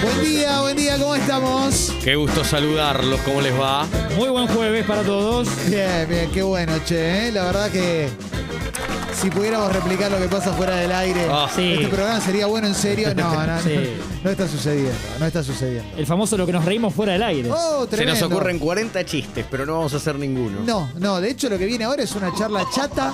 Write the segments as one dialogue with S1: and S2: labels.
S1: Buen día, buen día, ¿cómo estamos?
S2: Qué gusto saludarlos, ¿cómo les va?
S3: Muy buen jueves para todos.
S1: Bien, bien, qué bueno, che. ¿eh? La verdad que si pudiéramos replicar lo que pasa fuera del aire,
S2: Ah.
S3: Sí.
S1: este programa sería bueno en serio. No, no,
S3: Sí.
S1: no, no está sucediendo, no está sucediendo.
S3: El famoso lo que nos reímos fuera del aire.
S1: Oh, tremendo.
S4: Se nos ocurren 40 chistes, pero no vamos a hacer ninguno.
S1: No, no, de hecho lo que viene ahora es una charla chata,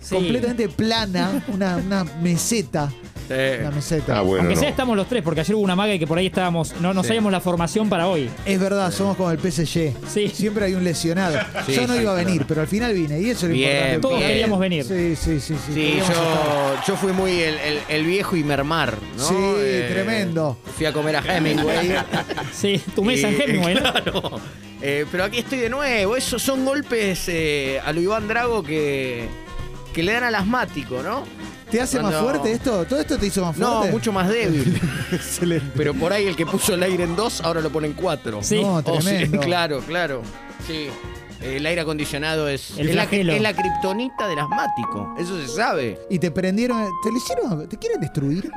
S3: Sí.
S1: completamente plana, una, una meseta.
S2: Eh,
S1: Una meseta.
S5: Ah, bueno.
S3: Aunque sea
S5: No.
S3: estamos los tres, porque ayer hubo una maga y que por ahí estábamos, no, no sabíamos la formación para hoy.
S1: Es verdad, somos como el PSG.
S3: Sí.
S1: Siempre hay un lesionado.
S4: Sí,
S1: yo no
S4: sí,
S1: iba a venir,
S4: claro.
S1: pero al final vine. Y eso es lo
S4: Bien,
S1: importante.
S3: Todos
S4: Bien.
S3: queríamos venir.
S1: Sí, sí, sí. sí,
S4: Sí,
S1: queríamos estar.
S4: yo, yo fui muy el, el- el viejo y mermar, ¿no? Eh,
S1: Sí, tremendo.
S4: Fui a comer a Hemingway.
S3: Sí, tu mesa
S4: Y-
S3: en Hemingway, ¿no?
S4: Claro. Eh, pero aquí estoy de nuevo. Esos son golpes eh, a lo Iván Drago que, que le dan al asmático, ¿no?
S1: ¿Te hace más
S4: Cuando-
S1: fuerte esto? ¿Todo esto te hizo más
S4: No,
S1: fuerte?
S4: mucho más débil.
S1: Excelente.
S4: pero por ahí el que puso el aire en dos, ahora lo pone en cuatro.
S3: Sí.
S1: No,
S4: Oh, sí,
S1: tremendo.
S4: claro, claro. Sí. El aire acondicionado es,
S3: El
S4: es la,
S3: flagelo.
S4: es la kriptonita del asmático. Eso se sabe.
S1: Y te prendieron. ¿Te lo hicieron? ¿Te quieren destruir?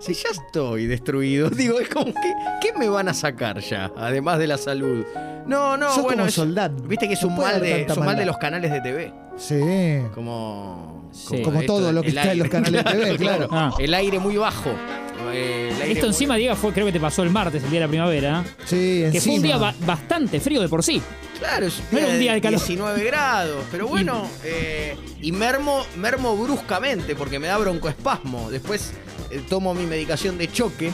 S4: Si ya estoy destruido, digo, es como que, ¿qué me van a sacar ya? Además de la salud. No, no,
S1: Sos
S4: bueno.
S1: como
S4: es-
S1: soldado.
S4: Viste que es
S1: No
S4: un
S1: puede
S4: mal,
S1: haber
S4: de,
S1: tanta
S4: es un mal
S1: maldad.
S4: de los canales de TV.
S1: Sí.
S4: Como,
S3: Sí.
S1: Como
S4: esto
S1: todo
S4: de-
S1: lo que
S4: el
S1: está en los canales de TV, claro.
S3: Ah.
S4: El aire muy bajo. Eh, el aire
S3: Esto
S4: muy-
S3: encima, Diego, fue, creo que te pasó el martes, el día de la primavera. ¿eh?
S1: Sí,
S3: Que
S1: encima.
S3: fue un día ba- bastante frío de por sí.
S4: Claro, es
S3: No era un día de calor.
S4: 19 grados, pero bueno, eh, y mermo, mermo bruscamente porque me da broncoespasmo. Después eh, tomo mi medicación de choque.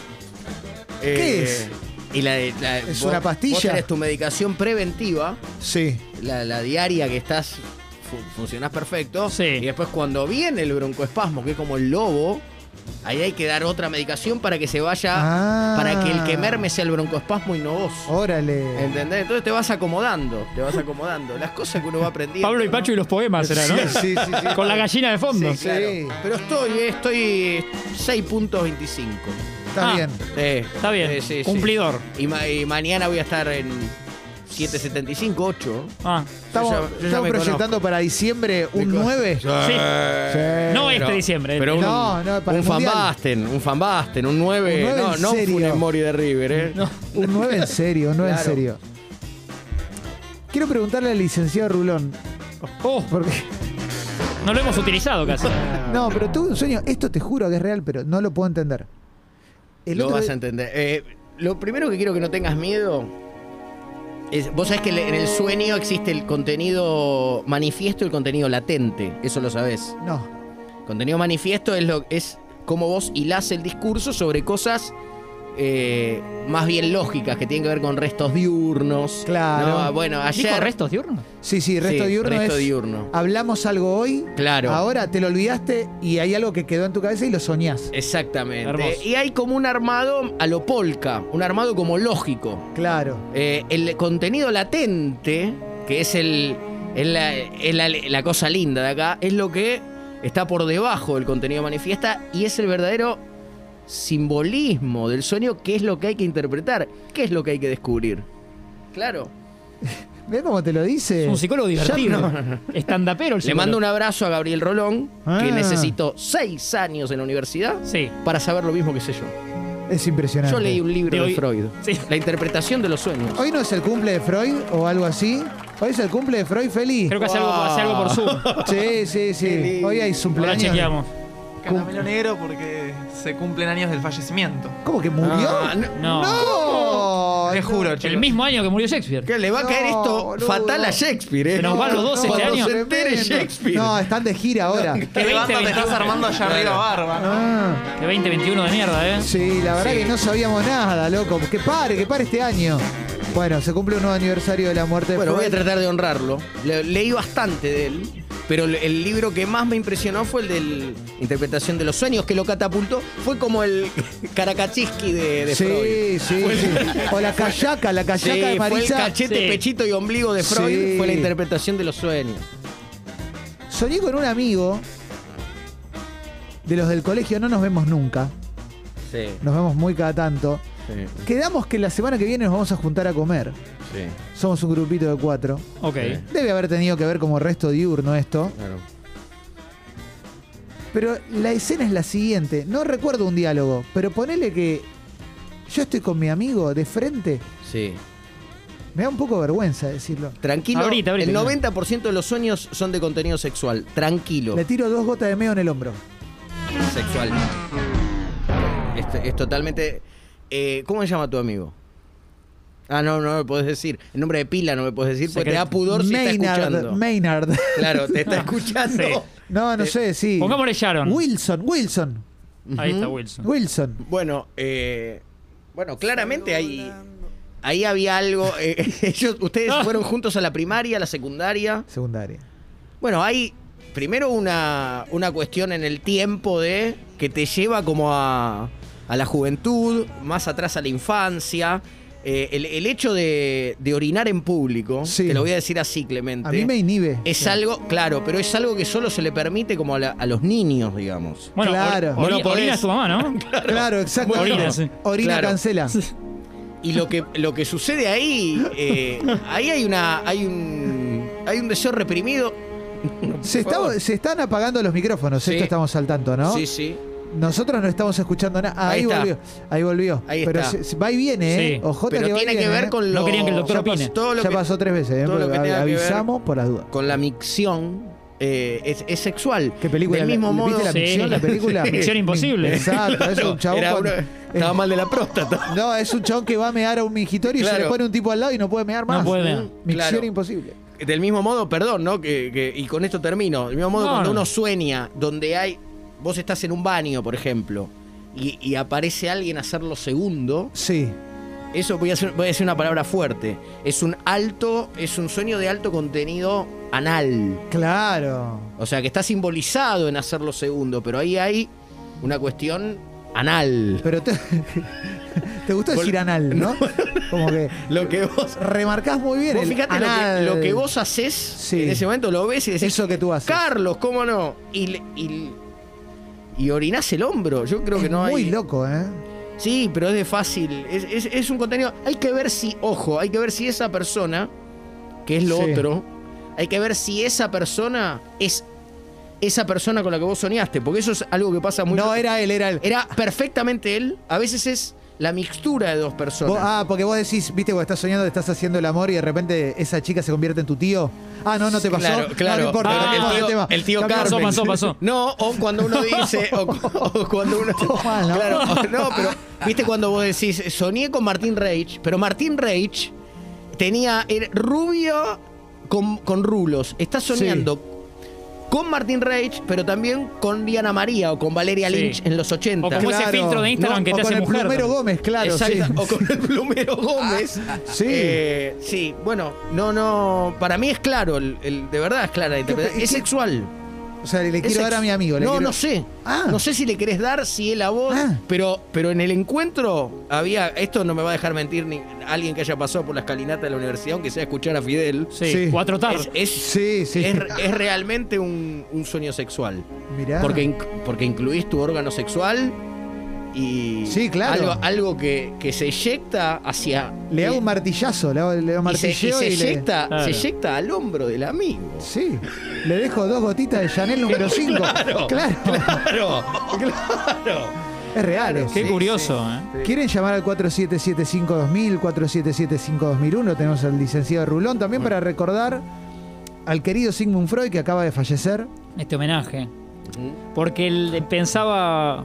S4: Eh,
S1: ¿Qué es?
S4: Y la, de- la-
S1: ¿Es una pastilla?
S4: Vos tenés tu medicación preventiva,
S1: Sí.
S4: la, la diaria que estás, fu- funcionás perfecto.
S3: Sí.
S4: Y después cuando viene el broncoespasmo, que es como el lobo, ahí hay que dar otra medicación para que se vaya,
S1: Ah.
S4: para que el que merme sea el broncoespasmo y no vos.
S1: Órale.
S4: ¿Entendés? Entonces te vas acomodando, te vas acomodando. Las cosas que uno va aprendiendo.
S3: Pablo y
S4: ¿no?
S3: Pacho y los poemas era, ¿no?
S1: Sí, sí, sí, sí.
S3: Con la gallina de fondo.
S4: Sí, claro.
S1: Sí.
S4: Pero estoy, eh, estoy 6.25.
S1: Está
S3: Ah.
S1: bien.
S4: Eh,
S3: Está bien,
S4: eh, sí, sí.
S3: cumplidor.
S4: Y, ma- y mañana voy a estar en 7.75, 8.
S3: Ah.
S1: Estamos,
S4: Yo ya- yo ya
S1: estamos
S4: me
S1: proyectando para diciembre un
S4: conozco.
S1: 9.
S3: Sí.
S1: Sí.
S3: No este diciembre.
S4: Eh, Pero un,
S1: No, no, para
S4: un
S1: el Mundial.
S4: fanbasten, un fanbasten, un 9.
S1: Un nueve
S4: no,
S1: en
S4: no
S1: serio.
S4: un Mori de River, ¿eh?
S1: Un 9 en serio, un 9 en
S4: Claro.
S1: serio. Quiero preguntarle al licenciado Rulón,
S3: Oh,
S1: porque
S3: no lo hemos utilizado casi.
S1: no, pero tuve un sueño, esto te juro que es real, pero no lo puedo entender. El
S4: lo
S1: otro
S4: vas a
S1: día-
S4: entender. Eh, lo primero que quiero que no tengas miedo es. Vos sabés que en el sueño existe el contenido manifiesto y el contenido latente. Eso lo sabés.
S1: No,
S4: Contenido manifiesto es lo es cómo vos hilás el discurso sobre cosas eh, más bien lógicas que tienen que ver con restos diurnos.
S1: Claro.
S4: No, Ah, bueno,
S3: ¿Dijo
S4: ayer.
S3: restos diurnos?
S1: sí, sí, resto
S4: Sí,
S1: diurno
S4: resto
S1: es-
S4: diurno.
S1: Hablamos algo hoy,
S4: Claro.
S1: ahora te lo olvidaste y hay algo que quedó en tu cabeza y lo soñás.
S4: Exactamente.
S3: Hermoso.
S4: Y hay como un armado a lo polka, un armado como lógico.
S1: Claro.
S4: Eh, el contenido latente, que es el, es la, es la- la cosa linda de acá, es lo que está por debajo del contenido manifiesta y es el verdadero simbolismo del sueño, que es lo que hay que interpretar, que es lo que hay que descubrir. Claro.
S1: ¿Ves cómo te lo dice?
S3: Es un psicólogo divertido. Estandapero el
S4: Le
S3: psicólogo.
S4: mando un abrazo a Gabriel Rolón,
S1: Ah.
S4: que necesitó seis años en la universidad
S3: Sí.
S4: para saber lo mismo que sé yo.
S1: Es impresionante.
S4: Yo leí un libro
S3: De
S4: de,
S3: hoy-
S4: Freud.
S3: Sí.
S4: La interpretación de los sueños.
S1: Hoy no es el cumple de Freud o algo así. Hoy es el cumple de Freud feliz.
S3: Creo que hace, algo, hace algo por Zoom.
S1: Sí, sí, sí. Hoy hay su
S3: Ahora chequeamos.
S6: Caramelo negro porque se cumplen años del fallecimiento.
S1: ¿Cómo que murió?
S4: Ah, no.
S3: No.
S1: ¡No!
S6: Te juro, chicos.
S3: El mismo año que murió Shakespeare.
S4: Que le va a
S1: No,
S4: caer esto
S1: boludo.
S4: fatal a Shakespeare, ¿eh?
S3: Se nos van los dos este
S4: Cuando
S3: año.
S4: se entere
S1: Tremendo.
S4: Shakespeare.
S1: No, están de gira ahora.
S6: Qué banda te
S3: 20,
S6: estás
S3: 21.
S6: armando allá arriba, barba. ¿no?
S1: Ah,
S3: Que 2021 de mierda, ¿eh?
S1: sí, la verdad que no sabíamos nada, loco. Que pare, que pare este año. Bueno, se cumple un nuevo aniversario de la muerte de
S4: Bueno, voy a
S1: Freud.
S4: tratar de honrarlo. Le- leí bastante de él, pero el, el libro que más me impresionó fue el de Interpretación de los Sueños, que lo catapultó. Fue como el Caracachiski de, de
S1: Sí,
S4: Freud.
S1: sí, sí. O la callaca, la
S4: Sí,
S1: callaca de
S4: fue el
S1: Marisa.
S4: cachete,
S3: Sí.
S4: pechito y ombligo de Freud,
S1: Sí.
S4: fue la interpretación de los sueños.
S1: Soñé con un amigo de los del colegio, no nos vemos nunca.
S4: Sí,
S1: Nos vemos muy cada tanto.
S4: sí,
S1: Quedamos que la semana que viene nos vamos a juntar a comer.
S4: sí.
S1: Somos un grupito de cuatro.
S3: Ok.
S1: Debe haber tenido que ver como resto diurno esto.
S4: Claro.
S1: Pero la escena es la siguiente. No recuerdo un diálogo, pero ponele que yo estoy con mi amigo de frente,
S4: Sí.
S1: me da un poco de vergüenza decirlo.
S4: Tranquilo.
S3: Ahorita, ahorita,
S4: el
S3: claro.
S4: 90% de los sueños son de contenido sexual. Tranquilo.
S1: Le tiro dos gotas de meo en el hombro.
S4: Sexual. Es, es totalmente. eh, ¿Cómo se llama tu amigo? Ah, no, no me puedes decir. El nombre de pila no me puedes decir porque te da pudor si está
S1: Maynard,
S4: escuchando.
S1: Maynard.
S4: Claro, te está escuchando.
S3: Sí.
S1: No, no
S4: Eh,
S1: sé, sí.
S3: Pongámosle Sharon.
S1: Wilson, Wilson,
S3: Ahí está
S4: Ujú.
S3: Wilson.
S1: Wilson.
S4: Bueno, eh, bueno, claramente ahí, ahí había algo. eh, ellos, ustedes
S3: Ah.
S4: fueron juntos a la primaria, a la secundaria.
S1: Secundaria.
S4: Bueno, hay primero una, una cuestión en el tiempo de que te lleva como a, a la juventud, más atrás a la infancia. Eh, el, el hecho de, de orinar en público,
S1: Sí.
S4: te lo voy a decir así, Clemente.
S1: A mí me inhibe.
S4: es algo, claro, pero es algo que solo se le permite como a, la- a los niños, digamos.
S3: Bueno,
S1: Claro.
S3: claro.
S4: Bueno, podés-
S3: orina es tu mamá, ¿no?
S1: Claro, exacto.
S3: Bueno, orina, sí.
S1: Orina
S4: Claro.
S1: cancela.
S4: Y lo que, lo que sucede ahí, eh, ahí hay una. hay un. hay un deseo reprimido.
S1: Se,
S4: Por favor.
S1: está- se están apagando los micrófonos,
S4: Sí.
S1: esto estamos al tanto, ¿no?
S4: Sí, sí.
S1: Nosotros no estamos escuchando nada. Ah,
S4: Ahí
S1: ahí,
S4: está.
S1: volvió. Ahí volvió.
S4: Ahí
S1: pero
S4: está.
S1: se- se- va y viene, ¿eh?
S3: Sí.
S1: Ojota
S4: Pero
S1: que va y
S4: tiene que
S1: viene,
S4: ver
S1: ¿eh?
S4: con lo.
S3: No querían que el doctor
S4: ya pas-
S3: opine.
S4: todo lo
S1: Ya
S4: que-
S1: pasó tres veces, ¿eh?
S4: todo lo que
S1: Av-
S4: tenga que ver-
S1: avisamos por las dudas.
S4: con la micción eh, es, es sexual.
S1: ¿Qué película?
S4: Del mismo
S1: ¿La-
S4: modo.
S1: ¿Viste la
S3: Sí.
S1: misión, la película?
S3: Misión Imposible.
S1: Exacto, es un chabón.
S4: Era
S1: cuando-
S4: uno- estaba mal de la próstata.
S1: es- No, es un chabón que va a mear a un mingitorio y se
S4: Claro. Mm,
S1: le pone un tipo al lado y no puede mear más.
S3: puede mear.
S1: Misión
S4: Claro.
S1: imposible.
S4: Del mismo modo, perdón, ¿no? Que, que- y con esto termino. Del mismo modo,
S3: No,
S4: cuando
S3: no.
S4: uno sueña, donde hay. Vos estás en un baño, por ejemplo, y, y aparece alguien a hacerlo segundo.
S1: Sí.
S4: Eso voy a, hacer- voy a decir una palabra fuerte. Es un alto. Es un sueño de alto contenido anal.
S1: Claro.
S4: O sea, que está simbolizado en hacerlo segundo, pero ahí hay una cuestión anal.
S1: Pero te, te gustó decir anal, ¿no? Como que
S4: Lo que vos
S1: remarcás muy bien
S4: Vos
S1: el
S4: fíjate lo que,
S1: anal.
S4: lo que vos haces
S1: Sí.
S4: en ese momento, lo ves y decís,
S1: Eso que tú haces.
S4: Carlos, ¿cómo no? Y, le- y, le- y orinás el hombro. Yo creo que
S1: Es
S4: no hay.
S1: muy loco, ¿eh?
S4: Sí, pero es de fácil. Es, es- es un contenido. Hay que ver si, ojo, hay que ver si esa persona, que es lo
S1: Sí.
S4: otro, hay que ver si esa persona es esa persona con la que vos soñaste, porque eso es algo que pasa muy.
S1: No, era él, era él.
S4: Era perfectamente él. A veces es la mixtura de dos personas.
S1: Vos- ah, porque vos decís, viste, cuando estás soñando, estás haciendo el amor y de repente esa chica se convierte en tu tío. Ah, no, no te pasó.
S4: Claro,
S1: No,
S4: claro.
S1: No, importa,
S3: Ah,
S1: cambiamos
S4: el
S1: de
S4: tío-
S1: tema.
S4: el tío
S1: Cambiamos de
S3: Pasó,
S4: Carmen.
S3: pasó, pasó.
S4: No, o cuando uno dice, o, cu- o cuando uno.
S1: Todo mal, ¿no?
S4: Claro, o- no, pero viste cuando vos decís, soñé con Martín Reich, pero Martín Reich tenía era rubio con, con rulos. Estás soñando con Martín Reich, pero también con Diana María o con Valeria
S3: Sí.
S4: Lynch en los 80.
S3: O como ese
S1: Claro,
S3: filtro de Instagram
S1: ¿no?
S3: que te
S1: o
S3: hace
S1: con
S3: mujer.
S1: el plumero
S3: también.
S1: Gómez, claro,
S4: Exacto,
S1: sí.
S4: O con el plumero Gómez.
S1: Sí.
S4: Eh, sí, bueno, no, no. Para mí es claro, el- el- de verdad es clara la interpretación.
S1: ¿Qué-
S4: Es
S1: qué-
S4: sexual.
S1: O sea, le
S4: Es
S1: quiero dar
S4: ex-
S1: a mi amigo. le
S4: no,
S1: quiero-
S4: no sé.
S1: Ah.
S4: No sé si le querés dar, si él a vos.
S1: Ah.
S4: Pero, pero en el encuentro había. Esto no me va a dejar mentir ni alguien que haya pasado por la escalinata de la universidad, aunque sea escuchar a Fidel.
S3: Sí,
S1: Sí.
S3: cuatro tardes.
S4: Es, es-
S1: Sí, sí.
S4: es- es realmente un, un sueño sexual.
S1: Mirá.
S4: Porque, inc- porque incluís tu órgano sexual y.
S1: Sí, claro.
S4: Algo, algo que, que se eyecta hacia.
S1: le hago
S4: y-
S1: un martillazo, le hago, le hago un
S4: y se, y
S1: martilleo
S4: se
S1: y le-
S4: eyecta,
S3: Claro.
S4: se eyecta al hombro del amigo.
S1: Sí, le dejo dos gotitas de Chanel número 5.
S4: Claro, Claro, claro.
S1: es real. eso.
S3: Qué curioso, ¿eh?
S1: ¿Quieren llamar al 4775-2000, 4775-2001? Tenemos al licenciado Rulón también para recordar al querido Sigmund Freud que acaba de fallecer.
S3: Este homenaje. Porque él pensaba.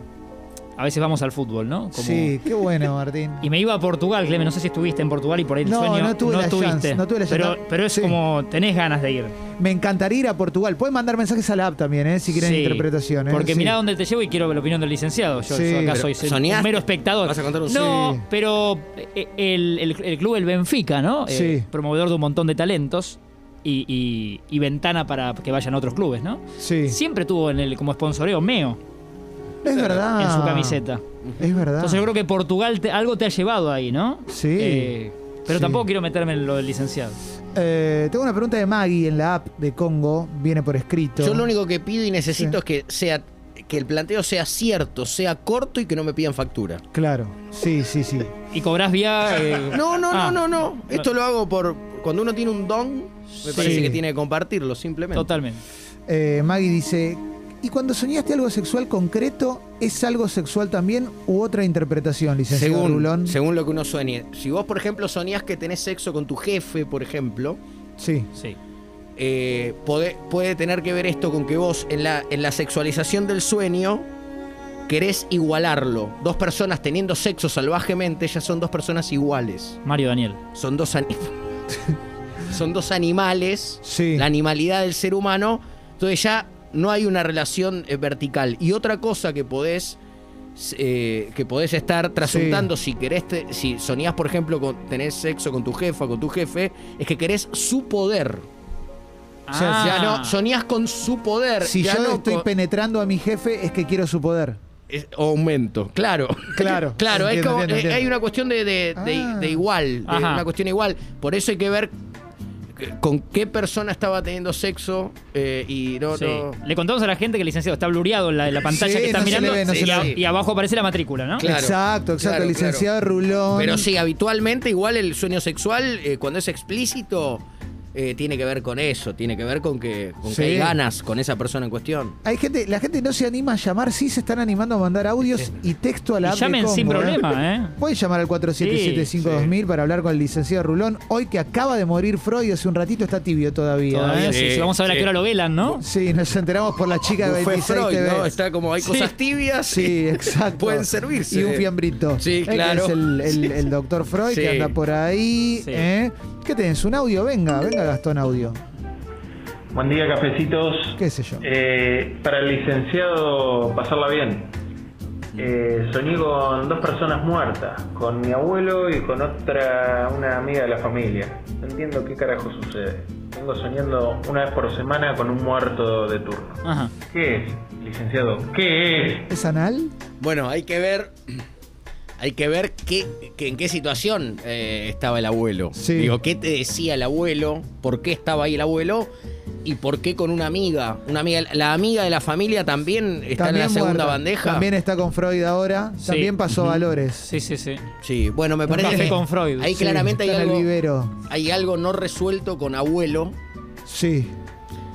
S3: A veces vamos al fútbol, ¿no? Como-
S1: Sí, qué bueno, Martín.
S3: Y me iba a Portugal, Clemen. No sé si estuviste en Portugal y por ahí el
S1: No,
S3: sueño.
S1: no tuve la
S3: tuviste.
S1: chance, no tuve la chance.
S3: Pero, pero es
S1: Sí.
S3: como tenés ganas de ir.
S1: Me encantaría ir a Portugal. Pueden mandar mensajes a la app también, ¿eh? si quieren
S3: Sí,
S1: interpretaciones.
S3: Porque
S1: Sí.
S3: mirá dónde te llevo y quiero la opinión del licenciado. Yo,
S1: Sí.
S3: yo acá
S1: Pero,
S3: soy se-
S4: ¿soñaste?
S3: un mero espectador.
S4: ¿Vas a contar un
S3: no,
S1: sí?
S3: pero eh, el, el- el club El Benfica, ¿no? Eh,
S1: Sí.
S3: promovedor de un montón de talentos y, y- y ventana para que vayan a otros clubes, ¿no?
S1: Sí.
S3: Siempre tuvo en el como sponsoreo Meo
S1: Es verdad.
S3: en su camiseta.
S1: Es verdad.
S3: Entonces yo creo que Portugal te- algo te ha llevado ahí, ¿no? Eh,
S1: Sí.
S3: pero
S1: Sí.
S3: tampoco quiero meterme en lo del licenciado.
S1: Eh, tengo una pregunta de Maggie en la app de Congo. Viene por escrito.
S4: Yo lo único que pido y necesito
S1: Sí.
S4: es que sea que el planteo sea cierto, sea corto y que no me pidan factura.
S1: Claro. Sí, sí, sí.
S3: Y cobrás vía. eh,
S4: No, no,
S3: ah,
S4: no, no, no. Esto lo hago por cuando uno tiene un don,
S1: Sí.
S4: me parece que tiene que compartirlo simplemente.
S3: Totalmente.
S1: Eh, Maggie dice. ¿Y cuando soñaste algo sexual concreto, es algo sexual también u otra interpretación, licenciado Rulón?
S4: Según, según lo que uno sueñe. Si vos, por ejemplo, soñás que tenés sexo con tu jefe, por ejemplo,
S1: Sí.
S3: Sí.
S4: eh, pode- puede tener que ver esto con que vos en la, en la sexualización del sueño querés igualarlo. Dos personas teniendo sexo salvajemente ya son dos personas iguales.
S3: Mario Daniel.
S4: Son dos, ani- son dos animales,
S1: Sí.
S4: la animalidad del ser humano. Entonces ya no hay una relación eh, vertical. Y otra cosa que podés, eh, que podés estar trasuntando si querés, te- si soñás, por ejemplo, con tener sexo con tu jefa, con tu jefe, es que querés su poder.
S1: sea,
S4: Ya
S3: Ah.
S4: no, soñás con su poder.
S1: Si
S4: ya
S1: yo
S4: no
S1: estoy
S4: con-
S1: penetrando a mi jefe, es que quiero su poder.
S4: es- o aumento, claro.
S1: Claro,
S4: claro, es
S1: entiendo,
S4: como-
S1: entiendo,
S4: eh,
S1: entiendo.
S4: hay una cuestión de, de- de-
S1: Ah.
S4: de igual, de
S3: Ajá.
S4: una cuestión igual. Por eso hay que ver que- con qué persona estaba teniendo sexo eh, y no,
S3: Sí.
S4: no-
S3: Le contamos a la gente que el licenciado está blureado en la, en la pantalla
S1: Sí,
S3: que está
S1: no se le
S3: mirando
S1: ve, no
S4: se
S3: y,
S4: le
S3: a-
S4: ve.
S3: y abajo aparece la matrícula, ¿no?
S4: Claro,
S1: exacto, exacto.
S4: claro,
S1: licenciado Rulón.
S4: Pero sí, habitualmente igual el sueño sexual, eh, cuando es explícito, eh, tiene que ver con eso, tiene que ver con que, con que
S1: Sí.
S4: hay ganas con esa persona en cuestión.
S1: Hay gente, la gente no se anima a llamar, sí se están animando a mandar audios y texto a la
S3: Y
S1: app de
S3: llamen sin
S1: Congo, ¿eh?
S3: problema, ¿eh?
S1: Pueden llamar al 47752000 para hablar con el licenciado Rulón, hoy que acaba de morir Freud hace un ratito, está tibio todavía.
S3: Todavía
S1: ¿eh?
S3: sí, sí, Vamos a ver a qué hora lo velan, ¿no?
S1: Sí, nos enteramos por la chica de
S4: Fue
S1: 26
S4: Freud,
S1: TV.
S4: ¿no? Está como hay cosas tibias.
S1: Sí, exacto.
S4: Pueden servirse.
S1: Y un fiambrito.
S4: Sí,
S1: Eh, que
S4: claro.
S1: Es el, el- el doctor Freud
S4: Sí.
S1: que anda por ahí.
S3: Sí.
S1: ¿eh? ¿Qué tenés? ¿Un audio? Venga, venga Gastón Audio.
S5: Buen día, cafecitos.
S1: ¿Qué sé yo?
S5: Eh, para el licenciado, pasarla bien. Eh, soñé con dos personas muertas, con mi abuelo y con otra, una amiga de la familia. No entiendo qué carajo sucede. Vengo soñando una vez por semana con un muerto de turno.
S3: Ajá.
S5: ¿Qué es, licenciado? ¿Qué es?
S1: ¿Es anal?
S4: Bueno, hay que ver. Hay que ver qué, que- en qué situación eh, estaba el abuelo.
S1: Sí.
S4: Digo, qué te decía el abuelo, por qué estaba ahí el abuelo y por qué con una amiga. Una amiga la amiga de la familia también está en la segunda
S1: muerta.
S4: bandeja.
S1: También está con Freud ahora.
S3: Sí.
S1: También pasó
S3: Ujú.
S1: valores.
S3: Sí, sí, sí.
S4: Sí, bueno, me
S3: Un
S4: parece
S3: café
S4: que
S3: con Freud.
S4: ahí
S1: Sí,
S4: claramente hay
S1: está en el
S4: algo,
S1: vivero.
S4: hay algo no resuelto con abuelo.
S1: Sí.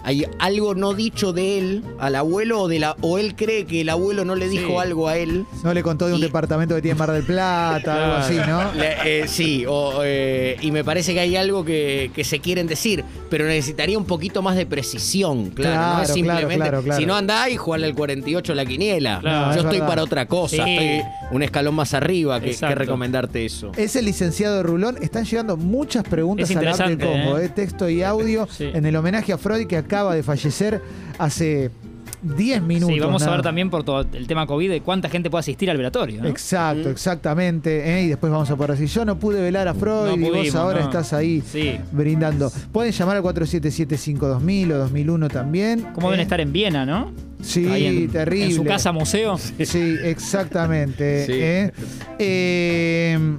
S4: Hay algo no dicho de él al abuelo o, de la, o él cree que el abuelo no le dijo
S3: Sí.
S4: algo a él.
S1: No le contó de un
S4: Y-
S1: departamento que tiene en Mar del Plata, algo así, ¿no?
S4: Le- eh, sí, o, eh, y me parece que hay algo que, que se quieren decir, pero necesitaría un poquito más de precisión, claro. no
S1: Claro,
S4: es
S1: claro,
S4: simplemente,
S1: claro, claro.
S4: si no andá y jugale al 48 la quiniela.
S3: Claro,
S4: Yo
S1: es
S4: estoy
S1: verdad.
S4: para otra cosa,
S3: Sí.
S4: estoy un escalón más arriba que, que
S3: Exacto.
S4: recomendarte eso.
S1: Es el licenciado Rulón. Están llegando muchas preguntas
S3: Es
S1: al arte
S3: interesante,
S1: combo,
S3: ¿eh?
S1: ¿eh? texto y audio,
S3: Sí.
S1: en el homenaje a Freud que acaba de fallecer hace 10 minutos.
S3: Sí, vamos a
S1: nada
S3: ver también por todo el tema COVID de cuánta gente puede asistir al velatorio. ¿no?
S1: Exacto, exactamente. ¿eh? Y después vamos a poder decir, yo no pude velar a Freud
S3: No
S1: y
S3: pudimos,
S1: vos ahora
S3: no.
S1: estás ahí
S3: Sí.
S1: brindando. Pueden llamar al 4775-2000 o 2001 también.
S3: ¿Cómo
S1: ¿eh?
S3: deben estar en Viena, no?
S1: Sí,
S3: Ahí en,
S1: terrible.
S3: En su casa museo.
S1: Sí, exactamente.
S4: Sí.
S1: ¿eh? Eh,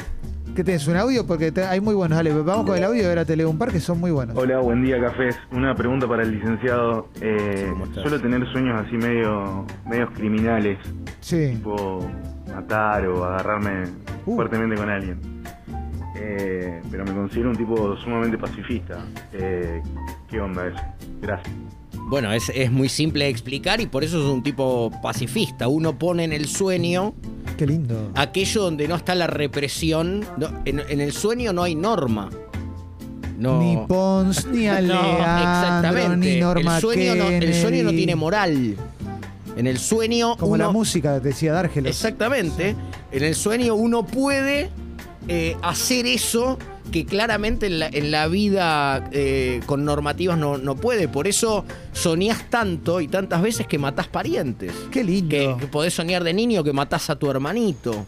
S1: ¿Qué tenés? ¿Un audio? Porque te- hay muy buenos. Dale, vamos con el audio y ahora te leo un par que son muy buenos.
S7: Hola, buen día, Cafés. Una pregunta para el licenciado.
S4: Sí,
S7: Eh,
S4: ¿cómo estás?
S7: suelo tener sueños así medio medios criminales,
S1: Sí.
S7: tipo matar o agarrarme
S1: Uh.
S7: fuertemente con alguien. Eh, pero me considero un tipo sumamente pacifista. Eh, ¿Qué onda eso? Gracias.
S4: Bueno, es, es muy simple de explicar y por eso es un tipo pacifista. Uno pone en el sueño
S1: Qué lindo.
S4: aquello donde no está la represión. No, en, en el sueño no hay norma. No.
S1: Ni Pons, ni Alejandro,
S4: exactamente.
S1: ni Norma
S4: el, sueño no, el
S1: Kennedy.
S4: sueño no tiene moral. En el sueño.
S1: Como la
S4: uno-
S1: música, decía D'Argelos.
S4: Exactamente. En el sueño uno puede eh, hacer eso que claramente en la, en la vida eh, con normativas no, no puede. Por eso soñás tanto y tantas veces que matás parientes.
S1: Qué lindo.
S4: Que, que podés soñar de niño que matás a tu hermanito.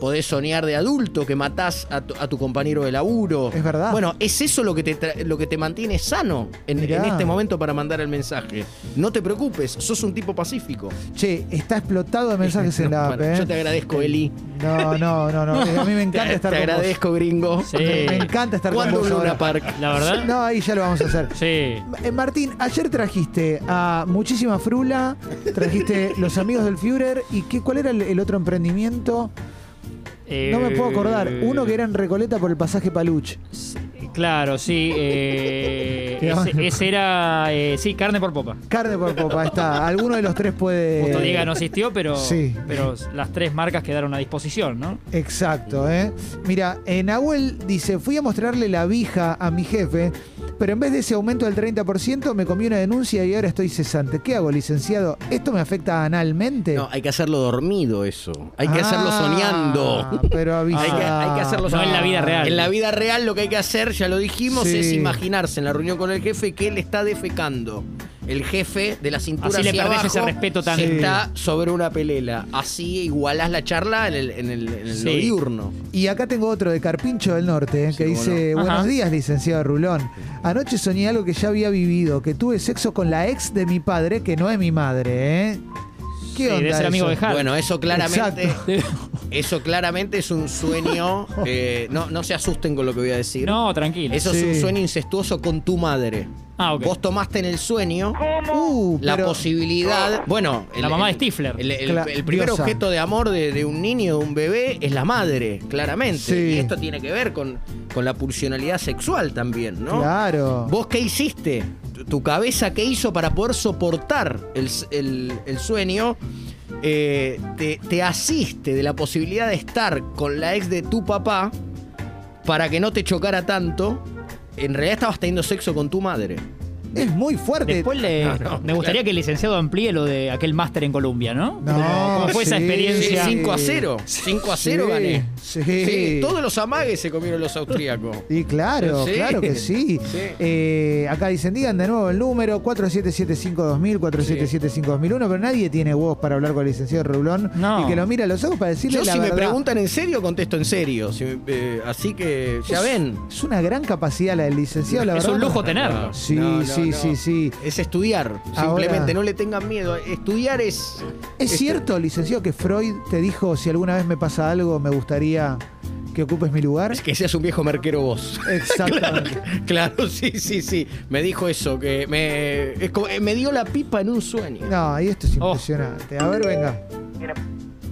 S4: Podés soñar de adulto que matás a tu, a tu compañero de laburo.
S1: Es verdad.
S4: Bueno, es eso lo que te, tra- lo que te mantiene sano en, en
S1: Mirá.
S4: este momento para mandar el mensaje. No te preocupes, sos un tipo pacífico.
S1: Che, está explotado de mensajes en la app,
S4: Bueno,
S1: ¿eh?
S4: Yo te agradezco, Eli.
S1: No, no, no, no. A mí me
S4: Te,
S1: encanta
S4: te
S1: estar con vos.
S4: agradezco, gringo.
S3: Sí.
S1: Me encanta estar con
S4: ¿Cuándo
S1: vos
S4: un Luna
S1: ahora.
S4: Park?
S3: La verdad.
S1: No, ahí ya lo vamos a hacer.
S3: Sí.
S1: Eh, Martín, ayer trajiste a Muchísima Frula, trajiste Los Amigos del Führer y qué, ¿cuál era el, el otro
S3: Eh,
S4: Eh,
S1: emprendimiento? No me puedo acordar. Uno que era en Recoleta por el pasaje Paluch.
S3: Claro, sí. eh,
S1: Qué bueno.
S3: ese, ese era. eh, sí, carne por popa.
S1: Carne por popa, ahí está. Alguno de los tres puede.
S3: Justo Diego no asistió, pero,
S1: Eh, sí.
S3: pero las tres marcas quedaron a disposición, ¿no?
S1: Exacto, ¿eh? Mira, eh, Nahuel dice, fui a mostrarle la vija a mi jefe, pero en vez de ese aumento del 30% me comí una denuncia y ahora estoy cesante. ¿Qué hago, licenciado? ¿Esto me afecta analmente?
S4: No, hay que hacerlo dormido eso. Hay que hacerlo
S1: Ah,
S4: soñando.
S1: Pero avisa.
S4: Hay que, hay
S1: Ah.
S4: que hacerlo
S3: No, en la vida real.
S4: En la vida real lo que hay que hacer, ya lo dijimos,
S1: Sí.
S4: es imaginarse en la reunión con el jefe que él está defecando. El jefe de la cintura
S3: Así le
S4: hacia
S3: perdés
S4: abajo
S3: ese respeto tan-
S4: está sobre una pelela. Así igualás la charla en el, en el- en el
S3: Sí.
S4: lo diurno.
S1: Y acá tengo otro de Carpincho del Norte eh, que
S4: Sí, cómo
S1: dice,
S3: no. Ajá.
S1: buenos días, licenciado Rulón. Anoche soñé algo que ya había vivido, que tuve sexo con la ex de mi padre, que no es mi madre, ¿eh? ¿Qué
S3: Sí,
S1: onda
S3: debe ser amigo
S1: eso?
S3: de Hart.
S4: Bueno, eso claramente,
S1: Exacto.
S4: eso claramente es un sueño. eh, no, no se asusten con lo que voy a decir.
S3: No, tranquilo.
S4: Eso es
S1: Sí.
S4: un sueño incestuoso con tu madre.
S3: Ah, ok.
S4: Vos tomaste en el sueño
S1: Uh,
S4: la
S1: pero-
S4: posibilidad. Bueno,
S3: La mamá de Stifler.
S4: El, el-
S1: Cla-
S4: el primer
S1: diosa.
S4: objeto de amor de, de un niño, de un bebé, es la madre, claramente.
S1: Sí.
S4: Y esto tiene que ver con, con la pulsionalidad sexual también, ¿no?
S1: Claro.
S4: ¿Vos qué hiciste? Tu- ¿Tu cabeza qué hizo para poder soportar el, s- el- el sueño? Eh, te, te asiste de la posibilidad de estar con la ex de tu papá para que no te chocara tanto. En realidad estabas teniendo sexo con tu madre.
S1: Es muy fuerte.
S3: Después le- me gustaría que el licenciado amplíe lo de aquel máster en Colombia, ¿no?
S1: No,
S3: ¿Cómo fue esa
S1: sí.
S3: experiencia?
S1: Sí,
S4: 5 a 0. 5 a 0
S1: Sí,
S4: gané.
S1: sí.
S4: Sí, todos los amagues se comieron los austríacos.
S1: Y claro,
S4: Sí.
S1: claro que sí.
S4: Sí.
S1: Eh, acá dicen, digan de nuevo el número 4775-2000, 4775-2001, pero nadie tiene huevos para hablar con el licenciado Rulón
S3: No.
S1: y que lo mira a los ojos para decirle
S4: Yo
S1: la
S4: si me
S1: verdad.
S4: preguntan en serio, contesto en serio. Si me- eh, así que ya ven.
S1: Es una gran capacidad la del licenciado, la
S3: es
S1: verdad.
S3: un lujo tenerlo.
S4: No,
S1: Sí,
S4: no,
S1: sí,
S4: no.
S1: sí, sí.
S4: Es estudiar.
S1: Ahora-
S4: Simplemente no le tengan miedo. Estudiar es.
S1: ¿Es
S4: Este-
S1: cierto, licenciado, que Freud te dijo, si alguna vez me pasa algo, me gustaría que ocupes mi lugar?
S4: es que seas un viejo merquero vos.
S1: Exactamente.
S4: claro, sí, sí, sí. Me dijo eso, que me, es como- eh, me dio la pipa en un sueño.
S1: No, y esto es
S3: Oh.
S1: impresionante. A ver, venga,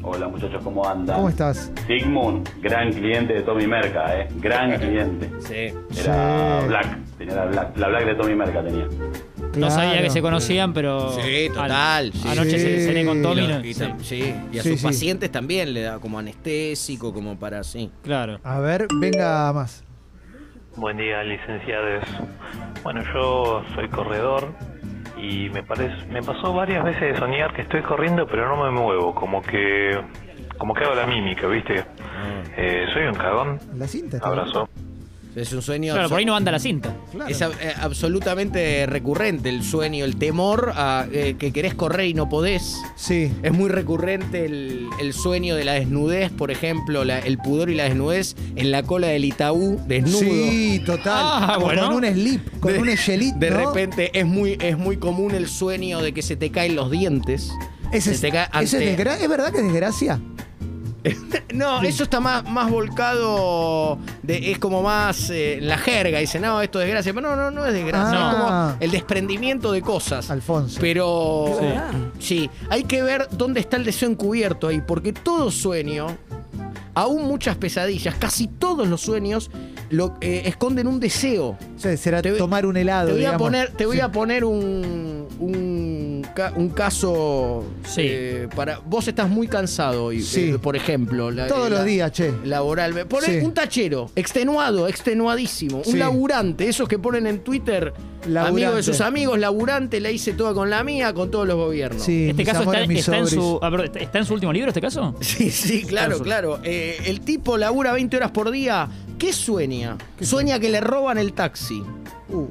S8: Hola muchachos, ¿cómo andan?
S1: ¿cómo estás?
S8: Sigmund, gran cliente de Tommy Merca, ¿eh? Gran cliente.
S4: Sí.
S8: Era
S1: Sí.
S8: Black, tenía la Black, la Black de Tommy Merca tenía.
S3: No sabía
S1: Claro.
S3: que se conocían, pero.
S4: Sí, total,
S3: Oh. Al-
S4: sí.
S3: Anoche se
S1: Sí.
S3: cené con
S4: Y,
S3: Tommy.
S4: lo-
S3: ¿no?
S4: y
S3: Sí,
S4: tam- sí, y a
S1: Sí,
S4: sus
S1: sí.
S4: pacientes también le da como anestésico, como para sí.
S3: Claro.
S1: A ver, venga más.
S9: Buen día, licenciados. Bueno, yo soy corredor y me parece me pasó varias veces de soñar que estoy corriendo pero no me muevo, como que como que hago la mímica, ¿viste? Eh, soy un cagón.
S1: La cinta. está
S9: Abrazo.
S4: Es un sueño.
S3: Claro, por ahí no anda la cinta.
S1: Claro.
S4: Es ab- eh, absolutamente recurrente el sueño, el temor a eh, que querés correr y no podés.
S1: Sí.
S4: Es muy recurrente el, el sueño de la desnudez, por ejemplo, la- el pudor y la desnudez en la cola del Itaú, desnudo.
S1: Sí, total.
S3: Ah,
S1: Como
S3: bueno.
S1: Con un slip, con
S4: De-
S1: un gelito.
S4: De repente es muy, es muy común el sueño de que se te caen los dientes.
S1: Ese
S4: se
S1: es,
S4: te cae
S1: ese
S4: ante-
S1: es, desgra- ¿Es verdad que es desgracia?
S4: No, eso está más, más volcado, de- es como más eh, la jerga, dice, no, esto es desgracia, pero no, no, no es desgracia,
S1: Ah.
S4: es como el desprendimiento de cosas.
S1: Alfonso.
S4: Pero sí, hay que ver dónde está el deseo encubierto ahí, porque todo sueño, aún muchas pesadillas, casi todos los sueños lo, eh, esconden un deseo.
S1: O sea, será
S4: Te voy-
S1: tomar un helado,
S4: Te voy a
S1: digamos.
S4: poner, te voy
S1: Sí.
S4: a poner un, un, ca- un caso
S3: Sí.
S4: eh, para vos estás muy cansado hoy,
S1: Sí.
S4: eh, por ejemplo, la-
S1: Todos
S4: la-
S1: los días, che.
S4: laboral. Poner
S1: Sí.
S4: un tachero, extenuado, extenuadísimo, un
S1: Sí.
S4: laburante, esos que ponen en Twitter, amigo
S1: Laburante.
S4: de sus amigos, laburante, la hice toda con la mía, con todos los gobiernos.
S1: Sí,
S3: Este
S1: mis
S3: caso está,
S1: amores, mis
S3: está en
S1: sobres.
S3: su. ah, perdón, ¿está- ¿Está en su último libro este caso?
S4: Sí, sí, claro, claro. Eh, el tipo labura 20 horas por día. ¿Qué sueña? sueña que le roban el taxi.
S1: Uh,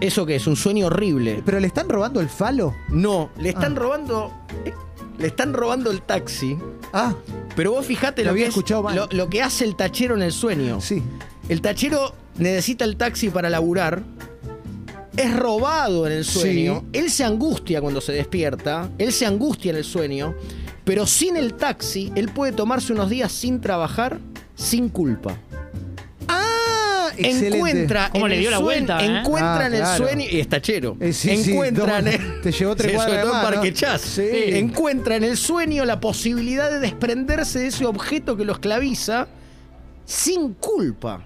S4: ¿Eso qué es? Un sueño horrible.
S1: ¿Pero le están robando el falo?
S4: No, le están
S1: Ah.
S4: robando. eh, Le están robando el taxi.
S1: Ah,
S4: Pero vos fijate
S1: Lo
S4: lo,
S1: había
S4: que es-
S1: escuchado mal.
S4: lo, lo que hace el tachero en el sueño.
S1: sí.
S4: El tachero necesita el taxi para laburar. Es robado en el sueño. Él se angustia cuando se despierta. Él se angustia en el sueño. Pero sin el taxi, él puede tomarse unos días sin trabajar, sin culpa.
S1: Ah, excelente.
S4: Encuentra
S3: ¿Cómo
S4: en
S3: le
S4: el
S3: dio la
S4: sueño-
S3: vuelta, eh?
S4: Encuentra
S1: Ah,
S4: en el
S1: claro.
S4: sueño. Y es tachero.
S1: Eh, sí, sí,
S4: encuentra
S1: toma,
S4: en el-
S1: te llevó tres
S4: Sí,
S1: cuadras
S4: sobre
S1: de
S4: eh. todo en
S1: más, ¿no?
S4: Parque Chas.
S1: Sí.
S4: Encuentra en el sueño la posibilidad de desprenderse de ese objeto que lo esclaviza sin culpa.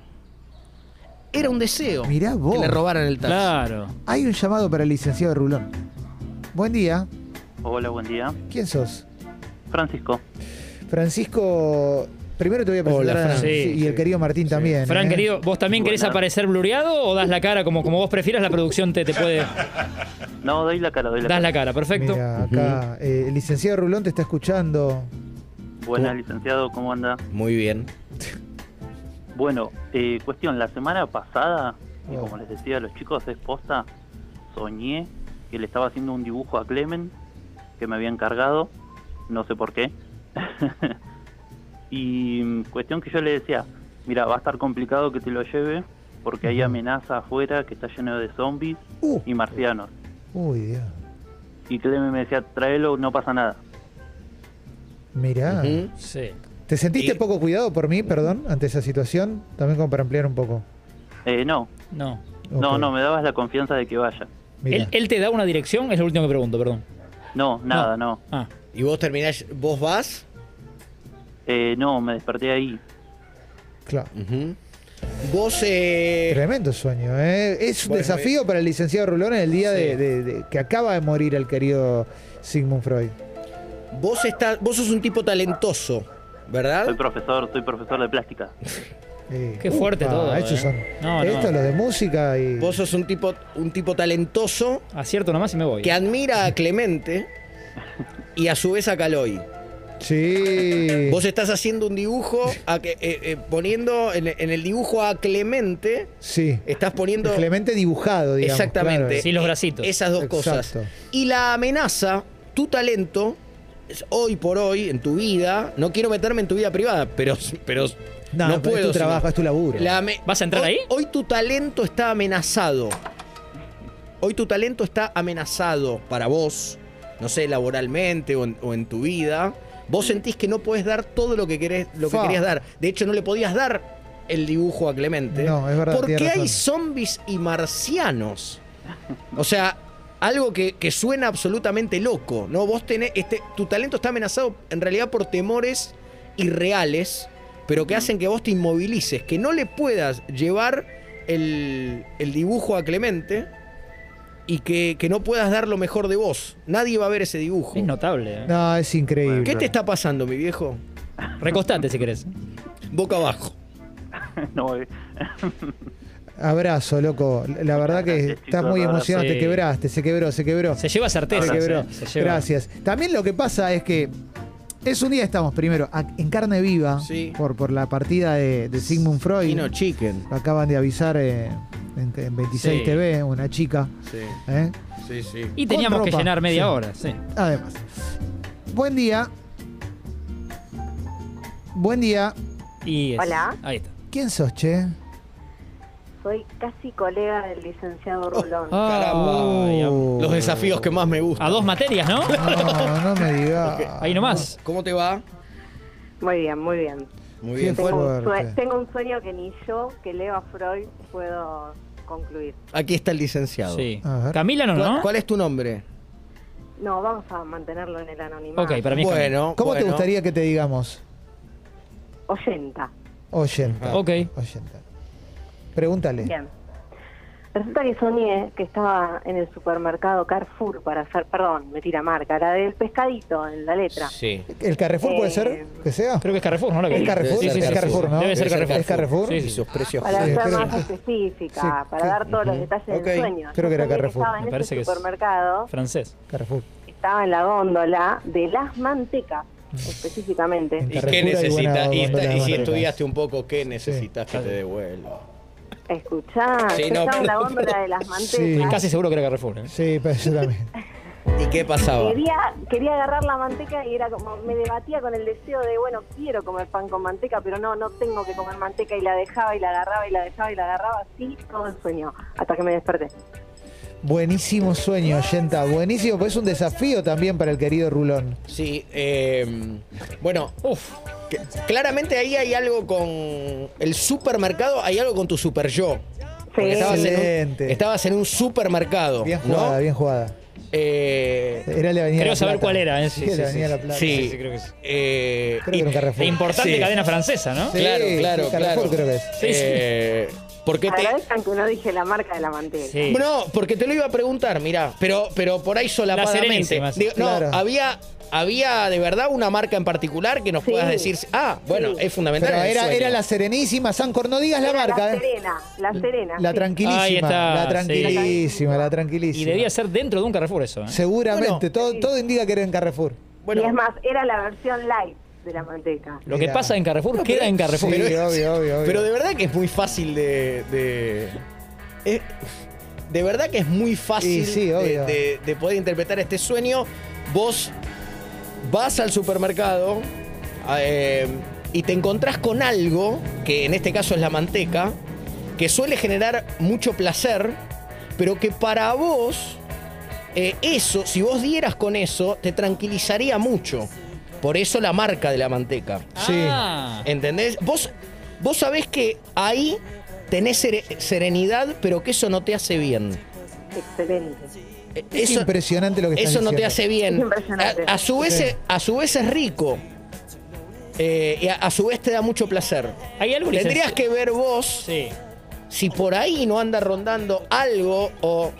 S4: era un deseo
S1: Ah, Mirá vos.
S4: que le robaran el taxi.
S3: Claro.
S1: Hay un llamado para el licenciado Rulón. Buen día.
S9: Hola, buen día.
S1: ¿Quién sos?
S9: Francisco.
S1: Francisco. Primero te voy a presentar
S4: Hola,
S1: a-
S4: Fran.
S1: sí, y el querido Martín también.
S3: Fran,
S1: ¿eh?
S3: querido, ¿vos también querés
S9: Buenas.
S3: aparecer blureado o das la cara? Como, como vos prefieras, la producción te, te puede.
S9: No, doy la cara, doy la
S3: Das
S9: cara.
S3: la cara, perfecto.
S1: Mira, acá, eh, el licenciado Rulón te está escuchando.
S9: Buenas, licenciado, ¿cómo anda?
S4: Muy bien.
S9: Bueno, eh, cuestión, la semana pasada, y
S1: Oh.
S9: como les decía a los chicos, es posta, soñé que le estaba haciendo un dibujo a Clemen, que me había encargado, no sé por qué. y mm, cuestión que yo le decía, mira, va a estar complicado que te lo lleve, porque hay amenaza afuera que está lleno de zombies
S1: Uh,
S9: y marcianos.
S1: uy, Dios.
S9: Y Clemen me decía, tráelo, no pasa nada.
S1: Mirá.
S4: Ujú.
S3: Sí.
S1: ¿Te sentiste
S4: Y-
S1: poco cuidado por mí, perdón, ante esa situación? También como para ampliar un poco.
S9: Eh, no,
S3: No.
S9: no,
S1: Ok,
S9: no, me dabas la confianza de que vaya.
S1: mirá.
S3: ¿Él, él te da una dirección? Es lo último que pregunto, perdón.
S9: No, nada, no.
S3: Ah,
S4: Y vos terminás, vos vas.
S9: Eh, no, me desperté ahí.
S1: Claro.
S4: ujú. Vos, eh,
S1: Tremendo sueño, ¿eh? Es un
S4: Bueno,
S1: desafío para el licenciado Rulón en el día de, de- de- que acaba de morir el querido Sigmund Freud.
S4: vos estás, vos sos un tipo talentoso,
S9: Soy
S4: ¿verdad?
S9: profesor, soy profesor de plástica.
S1: Eh,
S3: Qué fuerte todo,
S1: estos
S3: eh.
S1: son-
S3: No, no.
S1: estos los de música y.
S4: Vos sos un tipo, un tipo talentoso
S3: acierto nomás y me voy.
S4: que admira a Clemente y a su vez a Caloy.
S1: Sí.
S4: Vos estás haciendo un dibujo, a que- eh, eh, poniendo en, en el dibujo a Clemente,
S1: Sí.
S4: estás poniendo
S1: Clemente dibujado, digamos.
S4: exactamente
S1: claro.
S3: Sí, los bracitos.
S4: esas dos cosas.
S1: Exacto.
S4: Y la amenaza, tu talento, es hoy por hoy en tu vida, no quiero meterme en tu vida privada, pero, pero
S1: No, pero
S4: no, puedo.
S1: Es tu
S4: sino-
S1: trabajo, es tu laburo.
S4: La ame-
S3: ¿Vas a entrar
S4: hoy,
S3: ahí?
S4: Hoy tu talento está amenazado. Hoy tu talento está amenazado para vos, no sé, laboralmente o en, o en tu vida. Vos sentís que no podés dar todo lo que querés, lo que
S1: Fa.
S4: querías dar. De hecho, no le podías dar el dibujo a Clemente.
S1: No, es verdad,
S4: Porque
S1: tiene razón.
S4: hay zombies y marcianos. O sea, algo que, que suena absolutamente loco. No, vos tenés. Este, tu talento está amenazado en realidad por temores irreales, pero que hacen que vos te inmovilices, que no le puedas llevar el, el dibujo a Clemente y que, que no puedas dar lo mejor de vos. Nadie va a ver ese dibujo.
S3: Es notable. eh.
S1: No, es increíble.
S4: ¿Qué te está pasando, mi viejo?
S3: Recostate si querés.
S4: Boca abajo.
S9: No, eh,
S1: Abrazo, loco. La verdad que
S9: gracias,
S1: estás
S9: chicos,
S1: muy
S9: abrazo.
S1: emocionado. Te
S3: Sí.
S1: quebraste, se quebró, se quebró.
S3: Se lleva certeza.
S1: Se quebró.
S3: Se lleva.
S1: Gracias. También lo que pasa es que es un día estamos primero a- en carne viva
S4: Sí.
S1: por, por la partida de, de Sigmund Freud.
S4: Kino Chicken.
S1: Lo acaban de avisar eh, en, en 26
S3: Sí.
S1: TV, una chica.
S4: Sí,
S1: ¿eh?
S4: sí, sí.
S3: Y teníamos
S1: Con
S3: que
S1: ropa.
S3: llenar media
S1: Sí.
S3: hora, sí.
S1: Además. Buen día. Buen día.
S3: Y es-
S10: Hola.
S3: Ahí está.
S1: ¿Quién sos, che?
S10: Soy casi colega del licenciado Rulón.
S3: ah.
S4: Caramba.
S3: Ay, am-
S1: Oh.
S4: Los desafíos que más me gustan.
S3: A dos materias, ¿no?
S1: No, no me digas.
S3: Ahí nomás.
S4: ¿Cómo te va?
S10: Muy bien, muy bien.
S4: Muy
S1: bien.
S10: Tengo un,
S1: Fuerte.
S10: sue- tengo un sueño que ni yo, que leo a Freud, puedo concluir.
S4: Aquí está el licenciado.
S3: Sí.
S1: A ver.
S3: Camila no,
S4: ¿Cuál,
S3: ¿no?
S4: cuál es tu nombre?
S10: No, vamos a mantenerlo en el anonimato.
S3: Ok, para mí es Camila.
S4: Bueno,
S1: ¿Cómo te
S4: bueno.
S1: gustaría que te digamos?
S10: Oyenta.
S1: Oyenta.
S3: Ah. Ok.
S1: Oyenta. Pregúntale.
S10: Bien. Resulta que soñé que estaba en el supermercado Carrefour para hacer, perdón, me tira marca, la del pescadito en la letra.
S4: Sí.
S1: ¿El Carrefour puede ser?
S10: Eh,
S1: ¿Que sea?
S3: Creo que es Carrefour, ¿no? La que-
S1: ¿Es Carrefour?
S3: Sí, sí,
S1: es
S3: sí,
S1: Carrefour,
S3: sí.
S1: ¿no?
S3: Debe ser Carrefour.
S1: ¿Es Carrefour?
S3: Sí,
S4: Y
S3: sí.
S4: sus precios.
S10: Para
S1: Sí,
S10: ser
S1: creo-
S10: más específica,
S1: sí,
S10: para
S1: creo-
S10: dar todos los detalles
S4: Ok,
S10: del sueño.
S1: creo que era
S10: Yo soñé
S1: Carrefour.
S10: Estaba
S3: Me
S10: en
S3: parece que
S10: ese
S3: es-
S10: supermercado
S3: Francés.
S1: Carrefour.
S10: estaba en la góndola de las mantecas,
S1: Mm.
S10: específicamente.
S1: En
S4: ¿Y
S1: Carrefour
S4: qué
S1: hay
S4: necesitas?
S1: buena
S4: Y, está-
S1: góndola de
S4: y si
S1: mantecas.
S4: estudiaste un poco, ¿qué necesitas que te devuelva?
S10: Escuchá,
S4: Sí,
S10: yo
S4: no,
S10: estaba en la
S4: perdón,
S10: góndola de las
S1: Sí.
S10: mantecas.
S3: Casi seguro que era Carrefour. ¿eh?
S1: Sí, pero yo también.
S4: ¿Y qué pasaba?
S10: Quería, quería agarrar la manteca y era como, me debatía con el deseo de, bueno, quiero comer pan con manteca, pero no, no tengo que comer manteca y la dejaba y la agarraba y la dejaba y la agarraba así todo el sueño, hasta que me desperté.
S1: Buenísimo sueño, Yenta. Buenísimo, pues es un desafío también para el querido Rulón.
S4: Sí, eh, bueno,
S3: Uf.
S4: que- claramente ahí hay algo con el supermercado, hay algo con tu super yo. Porque estabas en, un,
S1: Excelente.
S4: estabas en un supermercado,
S1: Bien
S4: ¿no?
S1: jugada, bien jugada.
S4: Eh,
S1: Era la Avenida
S3: Creo
S1: La
S3: saber
S1: Plata.
S3: cuál era, ¿eh? Sí,
S1: Era
S3: sí,
S1: la Avenida
S3: sí,
S1: La Plata.
S4: sí,
S3: creo que sí.
S4: eh,
S1: Creo que era un Carrefour.
S3: Importante
S4: Sí. Este,
S3: cadena francesa, ¿no?
S1: Sí,
S4: claro,
S1: sí,
S4: claro,
S1: Carrefour
S4: claro.
S1: creo que es.
S3: Sí, sí.
S4: Eh, Porque te,
S10: Agradezcan que no dije la marca de la manteca.
S4: No, porque te lo iba a preguntar, mirá. Pero, pero por ahí solapadamente.
S3: Serenísimas,
S4: Digo, no,
S1: claro.
S4: había, había de verdad una marca en particular que nos puedas decir. Ah, bueno, es fundamental.
S1: Pero
S4: en el
S1: era,
S4: sueño.
S1: era la Serenísima, Sancor, no digas la
S10: Era
S1: marca,
S10: La
S1: ¿eh?
S10: Serena, la Serena.
S1: La
S10: sí.
S1: tranquilísima,
S3: Ahí está,
S1: la
S3: sí.
S1: tranquilísima, la tranquilísima.
S3: Y debía ser dentro de un Carrefour eso. ¿eh?
S1: Seguramente, todo, todo indica que era en Carrefour.
S10: Y es más, era la versión light de la manteca.
S3: Lo que
S1: Mirá.
S3: pasa en Carrefour
S4: No, pero-
S3: queda en Carrefour.
S1: Sí, obvio,
S4: Pero-
S1: obvio, obvio.
S4: Pero de verdad que es muy fácil de. de es- de verdad que es muy fácil
S1: Y sí,
S4: de-
S1: obvio.
S4: de- de poder interpretar este sueño. Vos vas al supermercado eh, y te encontrás con algo, que en este caso es la manteca, que suele generar mucho placer, pero que para vos, eh, eso, si vos dieras con eso, te tranquilizaría mucho. Por eso la marca de la manteca.
S3: Ah,
S4: ¿Entendés? Vos, vos sabés que ahí tenés sere- serenidad, pero que eso no te hace bien.
S10: Excelente.
S4: Eh,
S1: Es
S4: Eso,
S1: impresionante lo que estás
S4: eso no te
S1: diciendo.
S4: hace bien.
S10: Impresionante.
S4: A, a su, vez,
S1: Sí.
S4: es- a su vez es rico. Eh, y a, a su vez te da mucho placer.
S3: Hay algo licenci-
S4: Tendrías que ver vos
S3: Sí.
S4: si por ahí no anda rondando algo o,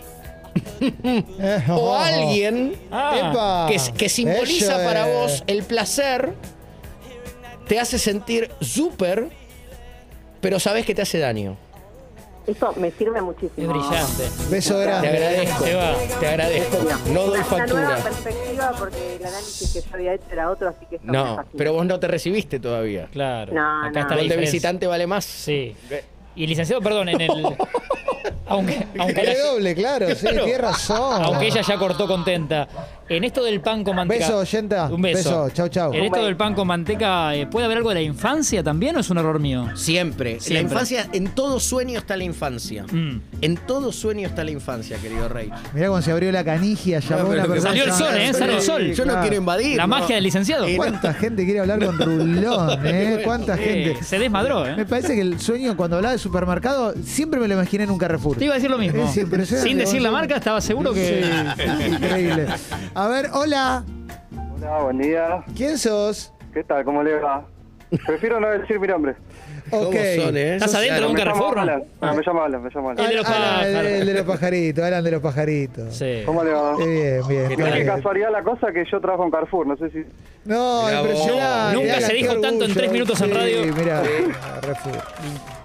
S1: Eh,
S4: o alguien
S3: Ah,
S4: que, que simboliza
S1: Eso
S4: para
S1: es.
S4: vos el placer, te hace sentir súper, pero sabés que te hace daño.
S10: Eso me sirve muchísimo.
S3: es brillante.
S1: Beso
S4: Te
S1: grande.
S4: agradezco,
S3: Se va.
S4: te agradezco. No doy
S10: Una- Una
S4: factura.
S10: nueva perspectiva porque el análisis que yo había hecho era otro, así que esto me
S4: No,
S10: fascina.
S4: pero vos no te recibiste todavía.
S3: Claro.
S10: No,
S3: Acá
S10: no.
S3: está la
S4: El de
S3: diferencia.
S4: visitante vale más.
S3: Sí. Y licenciado, perdón, en el. aunque aunque,
S1: Doble,
S3: ella,
S1: doble, claro, sí,
S3: Claro.
S1: tienes razón.
S3: aunque ella ya cortó contenta. En esto del pan con manteca.
S1: Beso, oyenta.
S3: Un beso.
S1: Beso, chau, chau.
S3: En esto del pan con manteca, eh, ¿puede haber algo de la infancia también o es un error mío?
S4: Siempre. La
S3: Siempre.
S4: infancia, en todo sueño está la infancia.
S3: Mm.
S4: En todo sueño está la infancia, querido Rey.
S1: Mirá cuando se abrió la canigia, llamó a una persona.
S3: Salió el sol, ¿eh? Salió el sol.
S4: Yo no quiero invadir.
S3: La
S4: no.
S3: magia del licenciado.
S1: Ah. ¿Cuánta gente quiere hablar con Rulón, eh? ¿Cuánta
S3: Eh,
S1: gente?
S3: se desmadró,
S1: Me
S3: ¿eh?
S1: parece que el sueño, cuando hablaba de supermercado, siempre me lo imaginé en un Carrefour.
S3: Te iba a decir lo mismo.
S1: Es impresionante.
S3: Sin decir la marca, estaba seguro que.
S1: Sí, increíble. A ver, hola.
S11: Hola, buen día.
S1: ¿Quién sos?
S11: ¿Qué tal? ¿Cómo le va? Prefiero no decir mi nombre.
S4: ¿Cómo
S1: Ok.
S4: son, eh?
S3: ¿Estás
S4: Sos-
S3: adentro de un
S11: Me llamo
S3: Carrefour?
S11: Alan. Ah, me llamo Alan, me llamo Alan.
S3: de los
S1: Alan,
S3: pájaros.
S1: Ah, el de los pajaritos, Alan de los pajaritos.
S3: Sí.
S11: ¿Cómo le va?
S1: Qué Bien, bien.
S4: ¿Qué
S1: bien.
S11: Qué casualidad la cosa que yo trabajo en Carrefour, no sé si...
S1: No,
S4: Mirá vos.
S1: impresionante.
S3: Nunca
S1: Alan,
S3: se
S1: qué
S3: dijo tanto en
S1: orgullo.
S3: tres minutos en
S1: Sí,
S3: radio.
S1: mirá, Carrefour.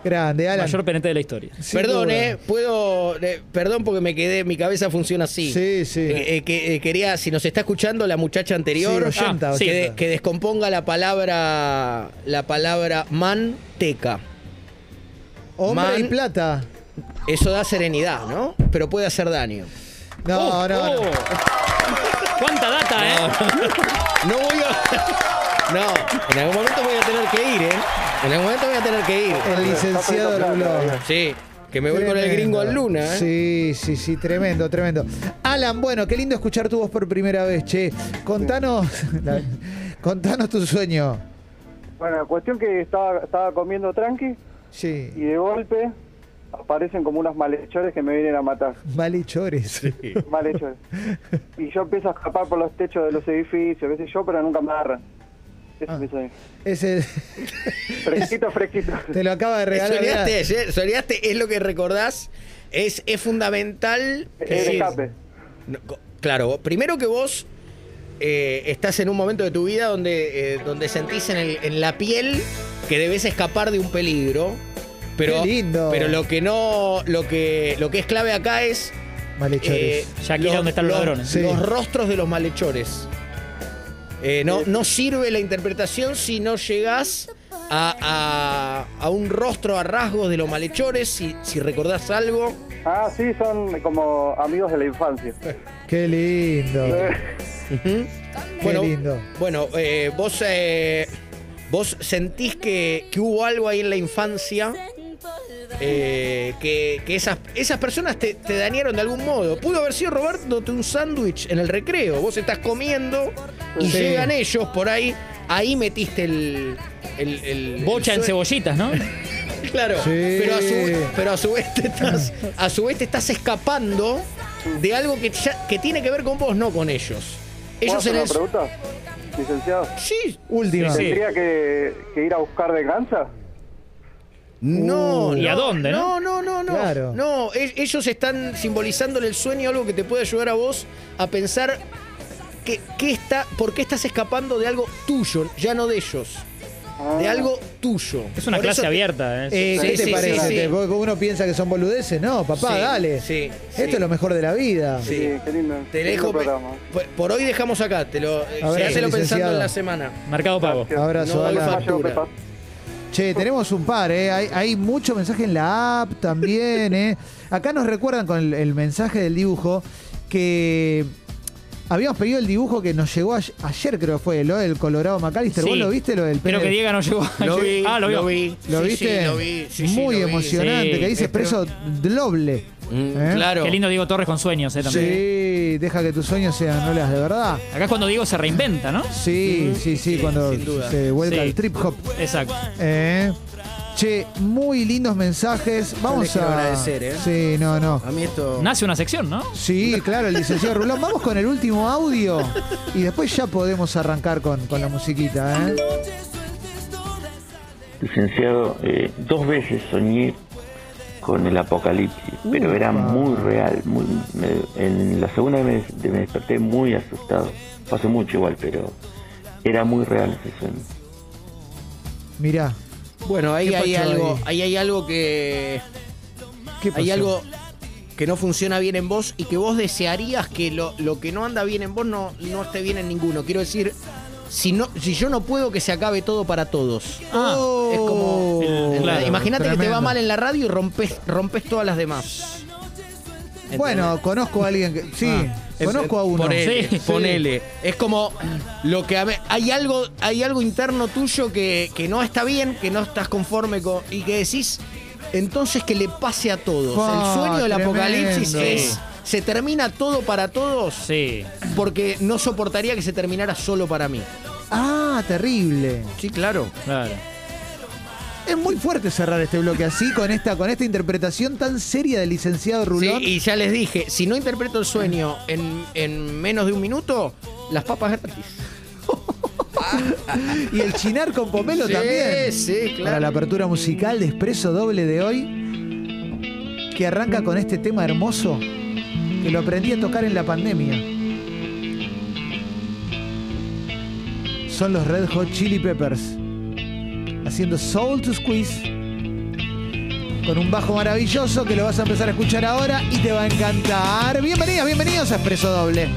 S1: Grande, Alan.
S3: Mayor penete de la historia.
S1: Sin
S4: Perdón,
S1: duda.
S4: eh, puedo, eh, perdón porque me quedé, mi cabeza funciona así.
S1: Sí, sí.
S4: Eh, eh, que, eh, quería, si nos está escuchando la muchacha anterior,
S1: Sí, oyenta,
S4: que
S1: oyenta.
S4: de- que descomponga la palabra, la palabra manteca.
S1: Hombre y
S4: Man-
S1: plata.
S4: Eso da serenidad, ¿no? Pero puede hacer daño.
S1: No,
S3: Oh,
S1: no, no.
S3: oh. ¡Cuánta data, eh!
S4: No voy a. No, en algún momento voy a tener que ir, ¿eh? En algún momento voy a tener que ir.
S1: El licenciado Rulón.
S4: Sí, que me voy con el
S1: Tremendo.
S4: gringo al luna, ¿eh?
S1: Sí, sí, sí, tremendo, tremendo. Alan, bueno, qué lindo escuchar tu voz por primera vez, che. Contanos, la- contanos tu sueño.
S11: Bueno, cuestión que estaba, estaba comiendo tranqui y
S1: Sí,
S11: de golpe aparecen como unos malhechores que me vienen a matar.
S1: malhechores.
S11: Malhechores. Y yo empiezo a escapar por los techos de los edificios, qué sé yo, pero nunca me agarran. Ese es mi sueño.
S1: Ah. Ese,
S11: Fresquito, fresquito.
S1: te lo acaba de regalar.
S4: Soñaste
S1: mirá.
S4: ayer, soñaste, es lo que recordás, es, es fundamental.
S11: Es
S4: que-
S11: el escape.
S4: No, co- claro, vos- primero que vos eh, estás en un momento de tu vida donde, eh, donde sentís en, el- en la piel que debes escapar de un peligro. Pero,
S1: Qué lindo.
S4: pero lo que no, lo que, lo que es clave acá es eh,
S1: Malhechores.
S3: Eh, Ya aquí es donde están los ladrones.
S1: Sí.
S4: los rostros de los malhechores. Eh, no, no sirve la interpretación si no llegás a, a- a un rostro, a rasgos de los malhechores, si, si recordás algo.
S11: Ah, sí, son como amigos de la infancia.
S1: Qué lindo.
S4: Ujú.
S1: Qué lindo.
S4: Bueno, eh, vos, eh, vos sentís que, que hubo algo ahí en la infancia. eh, que, que esas, esas personas te, te dañaron de algún modo. Pudo haber sido robándote un sándwich en el recreo. Vos estás comiendo y
S1: Sí.
S4: llegan ellos por ahí. Ahí metiste el. el- el-
S3: Bocha
S4: el
S3: en
S4: sue-
S3: cebollitas, ¿no?
S4: Claro,
S1: Sí.
S4: pero, a su, pero a su vez te estás, a su vez te estás escapando de algo que, ya- que tiene que ver con vos, no con ellos.
S11: ¿Puedo
S4: Ellos
S11: hacer
S4: en
S11: una
S4: el.
S11: pregunta, licenciado?
S4: Sí,
S1: Última.
S3: Sí, sí.
S11: ¿Tendría que, que ir a buscar venganza?
S4: No,
S3: Uh, ¿Y
S4: no,
S3: a dónde, no?
S4: No, no, no, no.
S1: Claro.
S4: No, e- ellos están simbolizando en el sueño algo que te puede ayudar a vos a pensar que, que está, por qué estás escapando de algo tuyo, ya no de ellos.
S1: Ah.
S4: De algo tuyo.
S3: Es una
S4: Por
S3: clase
S4: eso te-
S3: abierta. ¿eh?
S1: Eh,
S4: Sí,
S1: ¿Qué te
S4: sí,
S1: parece?
S4: sí, sí.
S1: Te- porque Uno piensa que son boludeces. No, papá,
S4: Sí,
S1: dale.
S4: sí,
S1: Esto
S4: sí.
S1: es lo mejor de la vida.
S4: Sí.
S11: Sí, qué lindo.
S4: Te
S11: qué
S4: dejo
S11: lindo
S4: pe-
S11: programa.
S4: por, por hoy dejamos acá, te lo
S1: A ver,
S4: hacelo pensando
S1: licenciado.
S4: en la semana.
S3: Mercado Pago.
S1: Abrazo,
S4: No doy
S1: Alan.
S4: factura.
S1: Che, tenemos un par, ¿eh? Hay, hay mucho mensaje en la app también, ¿eh? Acá nos recuerdan con el, el mensaje del dibujo que habíamos pedido el dibujo que nos llegó ayer, ayer, creo que fue, lo del Colorado McAllister. ¿Vos
S3: Sí.
S1: lo viste, lo del
S3: Pero
S1: pene?
S3: que Diego no llegó.
S4: Lo vi,
S3: ah, lo, vio.
S4: lo vi.
S1: ¿Lo
S4: Sí, sí,
S1: viste?
S4: lo vi, sí, sí,
S1: Muy
S4: lo vi.
S1: emocionante,
S3: Sí.
S1: que dice preso doble.
S4: Mm,
S1: ¿Eh?
S4: Claro.
S3: Qué lindo Diego Torres con sueños, ¿eh? También.
S1: Sí, deja que tus sueños sean olas de verdad.
S3: Acá es cuando Diego se reinventa, ¿no?
S1: Sí, sí, sí, cuando
S4: sin duda.
S1: se vuelca
S3: Sí.
S1: al trip hop.
S3: Exacto.
S1: ¿eh? Che, muy lindos mensajes. Vamos
S4: quiero
S1: a
S4: agradecer, ¿eh?
S1: Sí, no, no.
S4: A mí esto.
S3: Nace una sección, ¿no?
S1: Sí, claro, el licenciado Rulón. Vamos con el último audio y después ya podemos arrancar con, con la musiquita, ¿eh?
S12: Licenciado, eh, dos veces soñé con el apocalipsis, pero era
S1: Upa.
S12: muy real. Muy, me- en la segunda vez me, me desperté muy asustado. Fue Hace mucho igual, pero era muy real ese sueño.
S1: Mirá,
S4: Bueno, ahí
S1: ¿Qué
S4: hay
S1: pasó
S4: algo, ahí hay algo que
S1: ¿qué pasó?
S4: hay algo que no funciona bien en vos y que vos desearías que lo, lo que no anda bien en vos no, no esté bien en ninguno. Quiero decir, si no, si yo no puedo que se acabe todo para todos.
S3: Ah,
S4: es como.
S1: Oh,
S3: claro,
S4: Imagínate que te va
S1: tremendo.
S4: mal en la radio y rompes, rompes todas las demás. ¿Entendés?
S1: Bueno, conozco a alguien que. Sí,
S4: Ah, Es-
S1: conozco a uno.
S4: Ponele,
S3: Sí.
S4: ponele. Es como lo que a ve- hay algo, hay algo interno tuyo que, que no está bien, que no estás conforme con. y que decís, entonces que le pase a todos.
S1: Ah,
S4: El sueño del
S1: tremendo.
S4: apocalipsis
S1: Sí.
S4: es. Se termina todo para todos
S3: Sí.
S4: porque no soportaría que se terminara solo para mí.
S1: Ah, terrible.
S4: Sí, claro.
S3: Claro.
S1: Es muy fuerte cerrar este bloque así, con esta, con esta interpretación tan seria del licenciado Rulón.
S4: y ya les dije, si no interpreto el sueño en, en menos de un minuto, las papas gratis.
S1: y, el chinar con pomelo
S4: Sí,
S1: también.
S4: sí, claro.
S1: Para la apertura musical de Expreso Doble de hoy, que arranca con este tema hermoso que lo aprendí a tocar en la pandemia. Son los Red Hot Chili Peppers haciendo Soul to Squeeze con un bajo maravilloso que lo vas a empezar a escuchar ahora y te va a encantar. Bienvenidas, bienvenidos a Expreso Doble.